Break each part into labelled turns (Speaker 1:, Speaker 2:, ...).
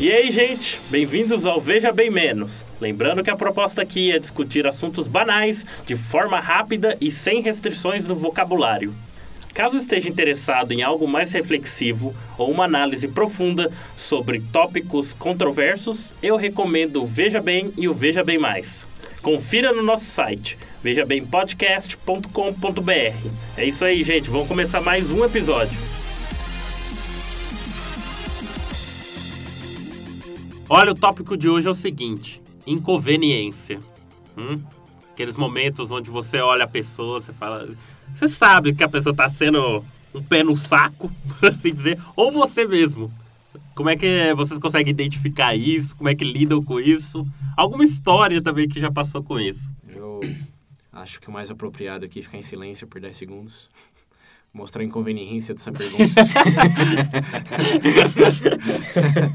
Speaker 1: E aí, gente, bem-vindos ao Veja Bem Menos. Lembrando que a proposta aqui é discutir assuntos banais, de forma rápida e sem restrições no vocabulário. Caso esteja interessado em algo mais reflexivo ou uma análise profunda sobre tópicos controversos, eu recomendo o Veja Bem e o Veja Bem Mais. Confira no nosso site, vejabempodcast.com.br. É isso aí, gente, vamos começar mais um episódio. Olha, o tópico de hoje é o seguinte: inconveniência. Hum? Aqueles momentos onde você olha a pessoa, você fala. Você sabe que a pessoa tá sendo um pé no saco, por assim dizer, ou você mesmo. Como é que vocês conseguem identificar isso? Como é que lidam com isso? Alguma história também que já passou com isso?
Speaker 2: Eu acho que o mais apropriado aqui é ficar em silêncio por 10 segundos mostrar a inconveniência dessa pergunta.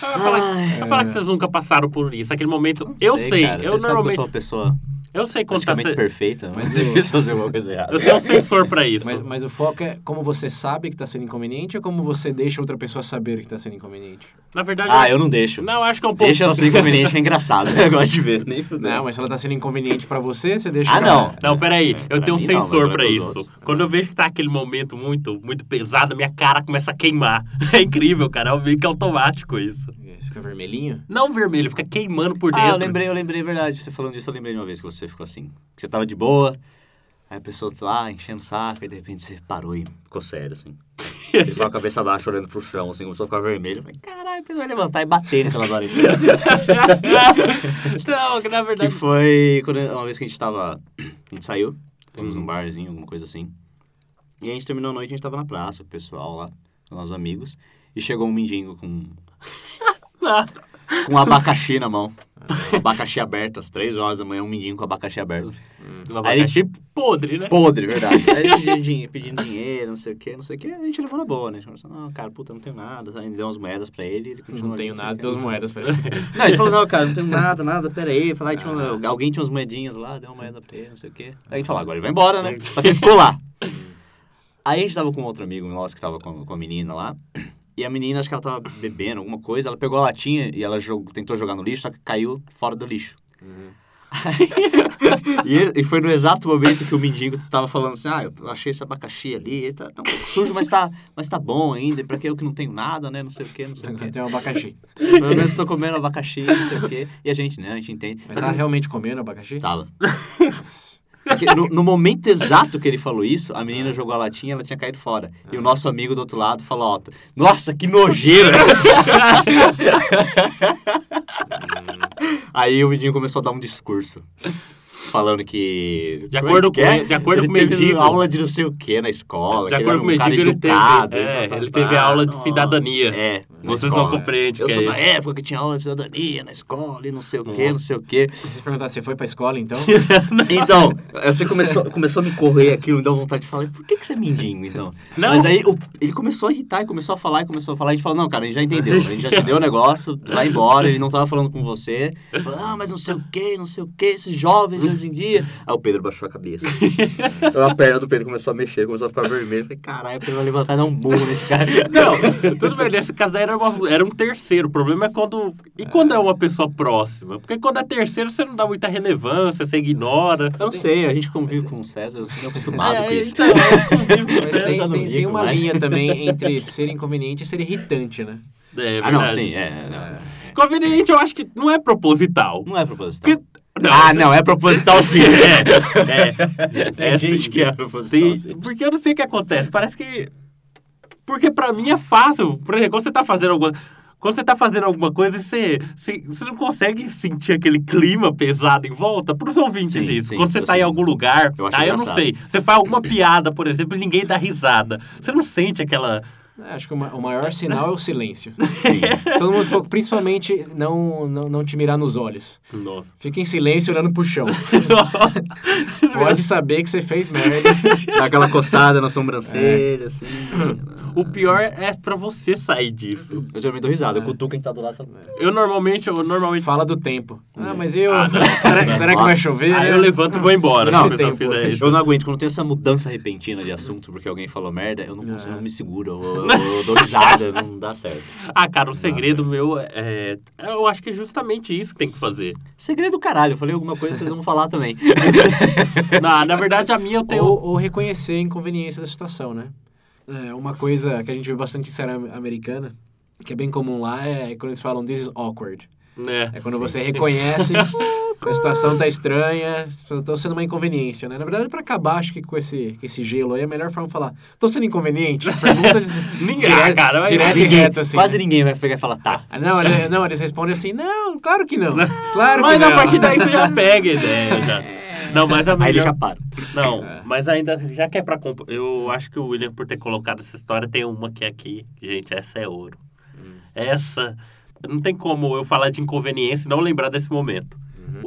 Speaker 1: Vai falar, vai falar que vocês nunca passaram por isso. Aquele momento.
Speaker 3: Não
Speaker 1: eu sei,
Speaker 3: cara,
Speaker 1: eu
Speaker 3: você sabe que
Speaker 1: normalmente.
Speaker 3: eu sou uma pessoa
Speaker 1: Eu sei contar.
Speaker 3: praticamente perfeita, mas
Speaker 2: Mas
Speaker 3: é
Speaker 2: eu-
Speaker 3: difícil fazer alguma coisa errada.
Speaker 1: Eu tenho um sensor pra isso.
Speaker 2: mas, mas o foco é como você sabe que está sendo inconveniente ou como você deixa outra pessoa saber que está sendo inconveniente?
Speaker 1: Na verdade.
Speaker 3: Ah, eu não deixo.
Speaker 1: Não, acho que é um pouco.
Speaker 3: Deixa ela ser inconveniente, é engraçado. Eu gosto de ver. Nem fudeu.
Speaker 2: Não, mas se ela está sendo inconveniente para você, você deixa...
Speaker 3: Ah,
Speaker 2: pra-
Speaker 3: não.
Speaker 1: Não, peraí, eu
Speaker 3: pra
Speaker 1: tenho um
Speaker 3: mim não, mas
Speaker 1: sensor
Speaker 3: vai
Speaker 1: pra
Speaker 3: pros
Speaker 1: isso.
Speaker 3: outros.
Speaker 1: Quando eu vejo que tá aquele momento muito, muito pesado, a minha cara começa a queimar. É incrível, cara, é meio que automático isso.
Speaker 2: É, Fica vermelhinho?
Speaker 1: Não vermelho, fica queimando por dentro. né?
Speaker 3: Ah, eu lembrei, eu lembrei, é verdade. Você falando disso, eu lembrei de uma vez que você ficou assim. Que você tava de boa, aí a pessoa tá lá enchendo o saco, e de repente você parou e ficou sério, assim. E só a cabeça baixa olhando pro chão, assim, começou a ficar vermelho. Eu falei, caralho, a pessoa vai levantar e bater nessa lavada
Speaker 1: não, que na
Speaker 3: Que
Speaker 1: verdade.
Speaker 3: foi quando, uma vez que a gente tava. A gente saiu, fomos
Speaker 2: Uhum.
Speaker 3: num barzinho, alguma coisa assim. E a gente terminou a noite, a gente tava na praça, com o pessoal lá, com nossos amigos. E chegou um mendigo com,
Speaker 1: Ah,
Speaker 3: com um abacaxi na mão. Um abacaxi aberto, às três horas da manhã, um mendigo com abacaxi aberto.
Speaker 1: Um abacaxi podre, né?
Speaker 3: Podre, verdade. Aí ele pedindo, din- pedindo dinheiro, não sei o quê, não sei o quê. A gente levou na boa, né? A gente conversou, não, cara, puta, não tenho nada. Aí A gente deu umas moedas pra ele, ele
Speaker 2: Não,
Speaker 3: continuou. né?
Speaker 2: tenho
Speaker 3: não sei
Speaker 2: nada,
Speaker 3: o quê,
Speaker 2: duas
Speaker 3: não sei o quê.
Speaker 2: moedas para
Speaker 3: Não, ele falou, não, cara, não tenho nada, nada, pera aí. Falar, tinha uma- alguém tinha umas moedinhas lá, deu uma moeda pra ele, não sei o quê. Aí a gente falou, agora ele vai embora, né? Só que ele ficou lá. Aí a gente tava com um outro amigo nosso que tava com, com a menina lá. E a menina, acho que ela tava bebendo alguma coisa, ela pegou a latinha e ela jogou- tentou jogar no lixo, só que caiu fora do lixo. E, e foi no exato momento que o mendigo tava falando assim, ah, eu achei esse abacaxi ali, ele tá, tá um pouco sujo, mas tá, mas tá bom ainda, pra que eu que não tenho nada, né, não sei o quê, não sei o quê.
Speaker 2: Tem um abacaxi.
Speaker 3: Pelo menos tô comendo abacaxi, não sei o quê. E a gente, né? A gente entende.
Speaker 2: Mas tá realmente comendo abacaxi?
Speaker 3: Tava. Só que no, no momento exato que ele falou isso, a menina jogou a latinha ela tinha caído fora. E o
Speaker 1: Ah.
Speaker 3: nosso amigo do outro lado falou, ó, nossa, que nojeira! Aí o menino começou a dar um discurso. Falando que.
Speaker 1: De
Speaker 3: como
Speaker 1: acordo
Speaker 3: que é?
Speaker 1: com- de acordo
Speaker 3: ele
Speaker 1: com o
Speaker 3: teve
Speaker 1: mendigo.
Speaker 3: aula de não sei o que na escola.
Speaker 1: De
Speaker 3: que
Speaker 1: acordo com o
Speaker 3: ele era um
Speaker 1: mendigo, ele
Speaker 3: cara
Speaker 1: teve.
Speaker 3: educado,
Speaker 1: é,
Speaker 3: tá,
Speaker 1: ele
Speaker 3: tá,
Speaker 1: teve
Speaker 3: tá,
Speaker 1: aula de
Speaker 3: nossa.
Speaker 1: cidadania.
Speaker 3: É. na
Speaker 1: Vocês
Speaker 3: escola.
Speaker 1: não compreendem
Speaker 3: Eu
Speaker 1: que
Speaker 3: sou
Speaker 1: é
Speaker 3: da
Speaker 1: isso.
Speaker 3: época que tinha aula de cidadania na escola e não sei o quê, não sei o quê.
Speaker 2: Vocês perguntaram, você foi pra escola então?
Speaker 3: Então, você começou, começou a me correr aquilo, me deu vontade de falar, por que, que você é mindinho, então?
Speaker 1: Não.
Speaker 3: Mas aí o- ele começou a irritar e começou a falar e começou a falar. E a gente falou, não, cara, a gente já entendeu, a gente já te deu o negócio, vai embora, ele não tava falando com você. Falou, ah, mas não sei o quê, não sei o quê, esses jovens de hoje em dia. Aí o Pedro baixou a cabeça. a perna do Pedro começou a mexer, começou a ficar vermelho. Eu Falei, caralho, o Pedro vai levantar e dar um burro nesse cara.
Speaker 1: Não, tudo bem, nesse caso aí era, uma- era um terceiro. O problema é quando. E quando é uma pessoa próxima? Porque quando é terceiro, você não dá muita relevância, você ignora.
Speaker 3: Eu não sei, a gente convive com o César, eu sou acostumado com isso.
Speaker 1: então, eu convivo com
Speaker 2: Mas
Speaker 1: isso.
Speaker 2: tem,
Speaker 3: já não
Speaker 2: tem-
Speaker 3: ligo
Speaker 2: tem uma
Speaker 3: mais.
Speaker 2: linha também entre ser inconveniente e ser irritante, né?
Speaker 1: É,
Speaker 3: ah, não,
Speaker 1: verdade.
Speaker 3: sim, é. Não,
Speaker 1: Conveniente, eu acho que não é proposital.
Speaker 3: não é proposital.
Speaker 1: Porque- Não.
Speaker 3: Ah, não, é proposital sim.
Speaker 1: É, é.
Speaker 3: Tem gente
Speaker 1: sim.
Speaker 3: que é proposital, sim.
Speaker 1: Porque eu não sei o que acontece. Parece que. Porque pra mim é fácil. Por exemplo, quando você tá fazendo alguma. Quando você tá fazendo alguma coisa, você, você, você não consegue sentir aquele clima pesado em volta. Pros ouvintes
Speaker 3: Sim,
Speaker 1: isso.
Speaker 3: sim,
Speaker 1: quando você
Speaker 3: eu
Speaker 1: tá em
Speaker 3: sei.
Speaker 1: algum lugar,
Speaker 3: Eu acho
Speaker 1: aí eu não
Speaker 3: engraçado.
Speaker 1: sei. Você faz alguma piada, por exemplo, e ninguém dá risada. Você não sente aquela.
Speaker 2: Acho que o ma- o maior sinal é o silêncio.
Speaker 3: Sim.
Speaker 2: Todo mundo ficou, principalmente, não, não, não te mirar nos olhos.
Speaker 1: Nossa.
Speaker 2: Fica em silêncio olhando pro chão. Pode saber que você fez merda.
Speaker 3: Dá aquela coçada na sobrancelha, assim.
Speaker 1: O pior é pra você sair disso.
Speaker 3: Eu geralmente dou risada. Eu cutuco quem tá do lado. fala,
Speaker 1: Eu normalmente, eu normalmente
Speaker 2: Fala do tempo. Ah, mas eu. será será que vai
Speaker 3: Nossa.
Speaker 2: chover? né?
Speaker 1: Aí Ah, eu levanto e vou embora
Speaker 3: Não,
Speaker 1: se o pessoal
Speaker 2: tem,
Speaker 1: fizer isso.
Speaker 3: Eu não aguento. Quando tem essa mudança repentina de assunto porque alguém falou merda, eu não consigo, eu não me seguro. Eu, eu- eu dou risada, não dá certo.
Speaker 1: Ah, cara, o segredo meu é. Eu acho que é justamente isso que tem que fazer.
Speaker 3: Segredo caralho. Eu falei alguma coisa, vocês vão falar também.
Speaker 1: Na, na verdade, a minha eu tenho.
Speaker 2: Ou, ou reconhecer a inconveniência da situação, né? É, uma coisa que a gente vê bastante em série americana, que é bem comum lá, é quando eles falam this is awkward.
Speaker 1: né?
Speaker 2: É quando você reconhece que a situação tá estranha, tô sendo uma inconveniência, né? Na verdade, pra acabar, acho que com esse, com esse gelo aí, a melhor forma de falar, tô sendo inconveniente? Pergunta
Speaker 1: Ninguém, ah,
Speaker 2: direto,
Speaker 1: cara, mas-
Speaker 2: direto e
Speaker 3: Ninguém-
Speaker 2: reto, assim.
Speaker 3: Quase
Speaker 2: né?
Speaker 3: ninguém vai pegar e falar, tá.
Speaker 2: Ah, não, ele- não, eles respondem assim, não, claro que não, claro que
Speaker 1: Mas
Speaker 2: não.
Speaker 1: a partir daí você já pega a ideia. já. Não, mas a
Speaker 3: Aí eles já
Speaker 1: melhor...
Speaker 3: param.
Speaker 1: Não, mas ainda, já que é pra. comp- Eu acho que o William, por ter colocado essa história, tem uma que é aqui. Gente, essa é ouro. Essa. Não tem como eu falar de inconveniência e não lembrar desse momento.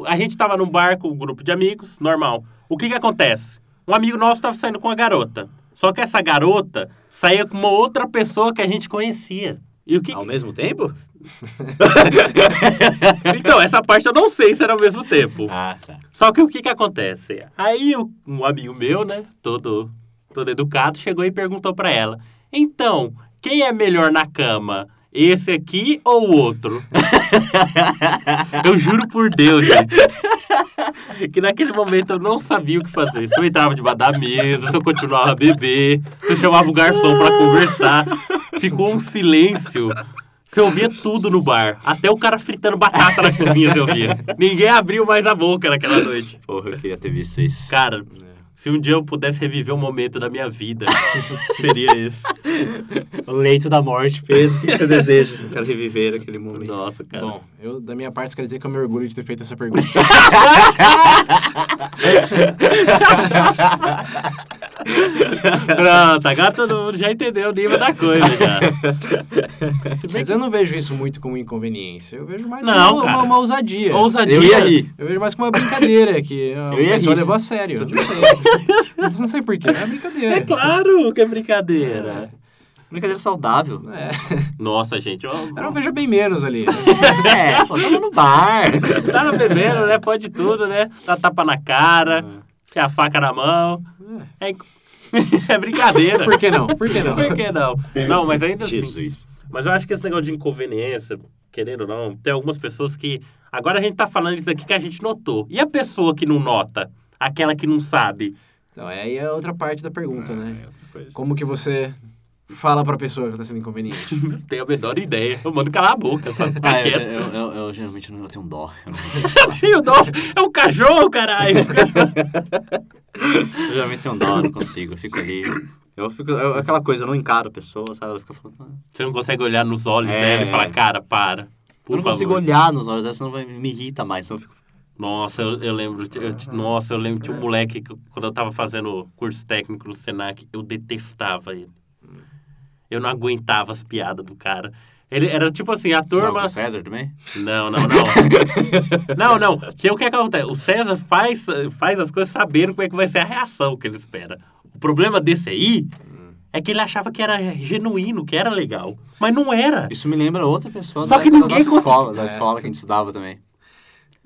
Speaker 1: A gente tava num bar com um grupo de amigos, normal. O que que acontece? Um amigo nosso tava saindo com uma garota. Só que essa garota saía com uma outra pessoa que a gente conhecia. E o que.
Speaker 3: Ao mesmo tempo?
Speaker 1: Então, essa parte eu não sei se era ao mesmo tempo.
Speaker 3: Ah, tá.
Speaker 1: Só que o que que acontece? Aí o- um amigo meu, né, todo, todo educado, chegou e perguntou pra ela: Então, quem é melhor na cama? Esse aqui ou o outro? eu juro por Deus, gente. Que naquele momento eu não sabia o que fazer. Se eu entrava debaixo da mesa, se eu continuava a beber, se eu chamava o garçom pra conversar. Ficou um silêncio. Você ouvia tudo no bar. Até o cara fritando batata na cozinha você ouvia. Ninguém abriu mais a boca naquela noite.
Speaker 3: Porra, eu queria ter visto isso.
Speaker 1: Cara, se um dia eu pudesse reviver um momento da minha vida, seria esse.
Speaker 3: O leito da morte, Pedro. O que você deseja? Eu quero reviver aquele momento.
Speaker 1: Nossa, cara.
Speaker 2: Bom, eu, da minha parte, quero dizer que eu me orgulho de ter feito essa pergunta.
Speaker 1: Pronto, agora todo mundo já entendeu o nível da coisa, cara. Se bem
Speaker 2: Mas
Speaker 1: que...
Speaker 2: eu não vejo isso muito como inconveniência. Eu vejo mais
Speaker 1: Não,
Speaker 2: como uma,
Speaker 1: cara.
Speaker 2: uma, uma ousadia.
Speaker 1: Ousadia.
Speaker 3: Eu ia rir.
Speaker 2: Eu vejo mais como uma brincadeira que a
Speaker 3: Eu ia
Speaker 2: pessoa
Speaker 3: rir.
Speaker 2: levou a sério. Eu Não sei, Eu não sei porquê, é brincadeira.
Speaker 1: É claro que é brincadeira.
Speaker 3: Brincadeira saudável. né?
Speaker 2: É.
Speaker 1: Nossa, gente, eu...
Speaker 2: Eu não vejo bem menos ali.
Speaker 3: É, pô, tava no bar.
Speaker 1: Tava bebendo, né? Pode tudo, né? Dá tapa na cara, tem a faca na mão. É, inc- é brincadeira.
Speaker 2: Por que não? Por que não?
Speaker 1: Por que não? Não, mas ainda assim.
Speaker 3: Jesus.
Speaker 1: Mas eu acho que esse negócio de inconveniência, querendo ou não, tem algumas pessoas que. Agora a gente tá falando isso daqui que a gente notou. E a pessoa que não nota? Aquela que não sabe?
Speaker 2: Então, é aí a outra parte da pergunta,
Speaker 3: Ah, é
Speaker 2: né? Como que você fala pra pessoa que tá sendo inconveniente?
Speaker 1: Não tenho a menor ideia. Eu mando calar a boca. Tá, tá
Speaker 3: Ah, eu,
Speaker 1: quieto.
Speaker 3: eu, eu- eu geralmente não eu tenho dó. Eu
Speaker 1: Eu dou- É um cachorro, caralho.
Speaker 3: não- eu geralmente tenho dó, eu não consigo. Eu fico ali. Eu fico. eu- aquela coisa, eu não encaro a pessoa, sabe? Ela fica falando. "Ah,
Speaker 1: Você não consegue olhar nos olhos
Speaker 3: É.
Speaker 1: dela e falar, cara, para.
Speaker 3: eu
Speaker 1: Por
Speaker 3: não
Speaker 1: favor.
Speaker 3: consigo olhar nos olhos, essa não vai, me irrita mais. senão Eu fico,
Speaker 1: Nossa, eu, eu lembro. de- eu ti- nossa, eu lembro de um moleque que, eu- quando eu tava fazendo curso técnico no Senac, eu detestava ele. Eu não aguentava as piadas do cara. Ele era tipo assim, a
Speaker 3: Turma.
Speaker 1: turma.
Speaker 3: O César também?
Speaker 1: Não, não, não. não, não. Que o que acontece? O César faz, faz as coisas sabendo como é que vai ser a reação que ele espera. O problema desse aí é que ele achava que era genuíno, que era legal. Mas não era.
Speaker 3: Isso me lembra outra pessoa
Speaker 1: Só
Speaker 3: da,
Speaker 1: que
Speaker 3: da
Speaker 1: ninguém
Speaker 3: nossa
Speaker 1: consegue- É,
Speaker 3: escola, da
Speaker 2: É.
Speaker 3: escola que a gente estudava também.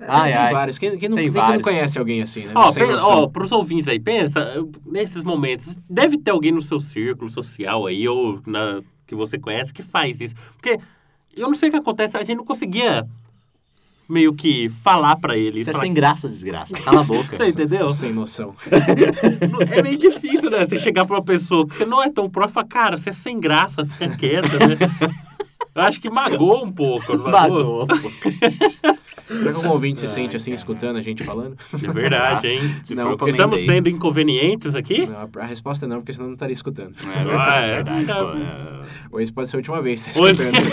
Speaker 3: Ai,
Speaker 2: tem
Speaker 3: ai.
Speaker 2: vários. Quem, quem não,
Speaker 3: Tem
Speaker 2: quem não
Speaker 3: vários.
Speaker 2: conhece alguém assim, né?
Speaker 1: Ó,
Speaker 2: Sem
Speaker 1: pe-
Speaker 2: noção.
Speaker 1: ó, pros ouvintes aí, pensa, eu- nesses momentos, deve ter alguém no seu círculo social aí, ou na- que você conhece, que faz isso. Porque eu não sei o que acontece, a gente não conseguia meio que falar pra ele.
Speaker 3: Isso é
Speaker 1: falar-
Speaker 3: sem graça, desgraça. Cala a boca.
Speaker 1: Você entendeu?
Speaker 2: Sem noção.
Speaker 1: É meio difícil, né? Você chegar pra uma pessoa que você não é tão próxima, fala, cara, você é sem graça, fica quieto, né? Eu acho que magoou um pouco, não magoou?
Speaker 3: Bagou.
Speaker 2: Será que algum ouvinte se sente assim, escutando a gente falando?
Speaker 1: É verdade, hein?
Speaker 3: Se
Speaker 2: Não,
Speaker 3: for, eu
Speaker 1: Estamos
Speaker 3: comentei.
Speaker 1: sendo inconvenientes aqui?
Speaker 2: Não, a- a resposta é não, porque senão eu não estaria escutando.
Speaker 1: Ah, é verdade.
Speaker 2: Ou isso pode ser a última vez que tá
Speaker 1: Hoje-
Speaker 2: escutando.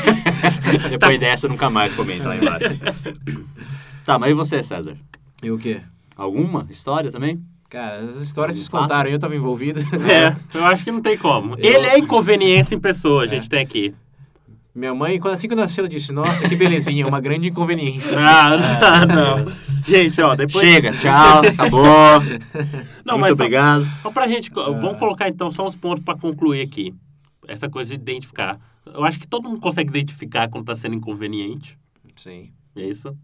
Speaker 2: Tá
Speaker 3: Depois dessa, nunca mais comenta lá embaixo. tá, mas e você, César?
Speaker 2: E o quê?
Speaker 3: Alguma história também?
Speaker 2: Cara, as histórias se
Speaker 3: Fato.
Speaker 2: contaram, eu tava envolvido.
Speaker 1: É, eu acho que não tem como. Ele é inconveniência em pessoa, a gente tem aqui.
Speaker 2: Minha mãe, quando assim que eu nasci, ela disse, nossa, que belezinha, uma grande inconveniência.
Speaker 3: É.
Speaker 1: Ah, não. Gente, ó, depois.
Speaker 3: Chega, tchau, acabou.
Speaker 1: Não,
Speaker 3: Muito
Speaker 1: mas só-
Speaker 2: tá-
Speaker 3: obrigado.
Speaker 1: É. Só pra gente. Vamos colocar então só uns pontos pra concluir aqui. essa coisa de identificar. Eu acho que todo mundo consegue identificar quando tá sendo inconveniente.
Speaker 2: Sim.
Speaker 1: É isso.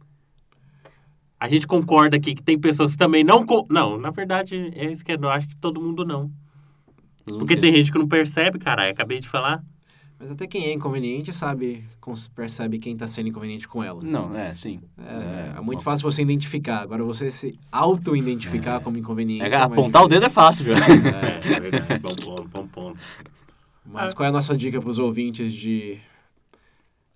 Speaker 1: A gente concorda aqui que tem pessoas que também não. con- Não, na verdade, é isso que eu acho que todo mundo não. Porque tem gente que não percebe, caralho. Acabei de falar.
Speaker 2: Mas até quem é inconveniente sabe, cons- percebe quem tá sendo inconveniente com ela.
Speaker 3: Não, é, sim.
Speaker 2: É, é muito fácil você identificar. Agora, você se auto-identificar como inconveniente.
Speaker 3: É,
Speaker 2: mais
Speaker 3: apontar o dedo é fácil, viu?
Speaker 2: difícil. É.
Speaker 1: É, é verdade. Bom ponto, bom ponto.
Speaker 2: Mas qual é a nossa dica para os ouvintes de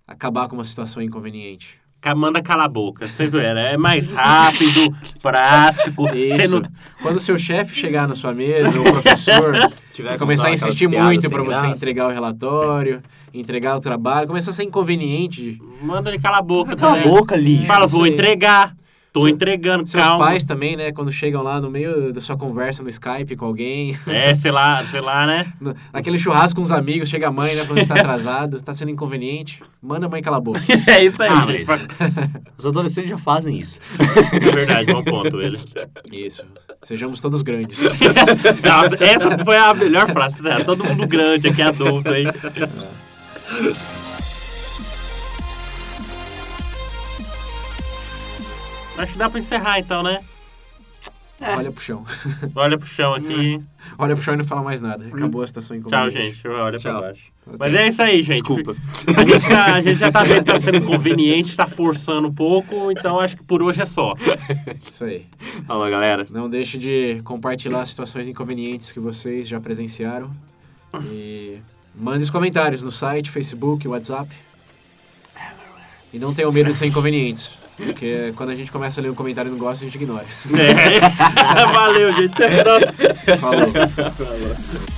Speaker 2: acabar com uma situação inconveniente?
Speaker 1: Ca- Manda calar a boca. Você zoeira. É mais rápido, prático. Você
Speaker 2: Isso.
Speaker 1: não
Speaker 2: Quando seu chefe chegar na sua mesa, ou o professor,
Speaker 3: Tiver
Speaker 2: e
Speaker 3: que
Speaker 2: começar
Speaker 3: contar
Speaker 2: a insistir
Speaker 3: aquelas
Speaker 2: muito para
Speaker 3: piadas sem
Speaker 2: você
Speaker 3: graça.
Speaker 2: entregar o relatório, entregar o trabalho, começar a ser inconveniente.
Speaker 1: Manda ele calar a boca
Speaker 3: Cala a
Speaker 1: também.
Speaker 3: boca, lixo.
Speaker 1: Fala,
Speaker 2: isso
Speaker 1: vou
Speaker 2: aí.
Speaker 1: entregar. Tô entregando,
Speaker 2: Seus
Speaker 1: calma.
Speaker 2: pais também, né? Quando chegam lá no meio da sua conversa no Skype com alguém,
Speaker 1: É, sei lá, sei lá, né?
Speaker 2: no- naquele churrasco com os amigos, chega a mãe, né? Falando que está atrasado, tá sendo inconveniente. Manda a mãe calar a boca.
Speaker 1: É isso aí.
Speaker 3: Ah,
Speaker 1: gente.
Speaker 3: mas- Os adolescentes já fazem isso.
Speaker 1: É verdade, bom ponto, ele.
Speaker 2: Isso. Sejamos todos grandes.
Speaker 1: Nossa, essa foi a melhor frase. Fizeram todo mundo grande aqui, adulto, hein? Acho que dá pra encerrar então, né?
Speaker 2: Olha pro chão.
Speaker 1: Olha pro chão aqui.
Speaker 2: Olha pro chão e não fala mais nada. Acabou a situação
Speaker 1: Tchau,
Speaker 2: inconveniente.
Speaker 1: gente. Olha pra
Speaker 3: Tchau.
Speaker 1: baixo. Mas é isso aí, gente.
Speaker 3: Desculpa.
Speaker 1: A gente, tá- a gente já tá vendo que tá sendo inconveniente, tá forçando um pouco, então acho que por hoje é só.
Speaker 2: Isso aí.
Speaker 3: Fala, galera.
Speaker 2: Não deixe de compartilhar as situações inconvenientes que vocês já presenciaram. E mande os comentários no site, Facebook, WhatsApp. E não tenham medo de ser inconvenientes. Porque quando a gente começa a ler um comentário e não gosta, a gente ignora.
Speaker 1: É. Valeu, gente. Até a próxima.
Speaker 2: Falou.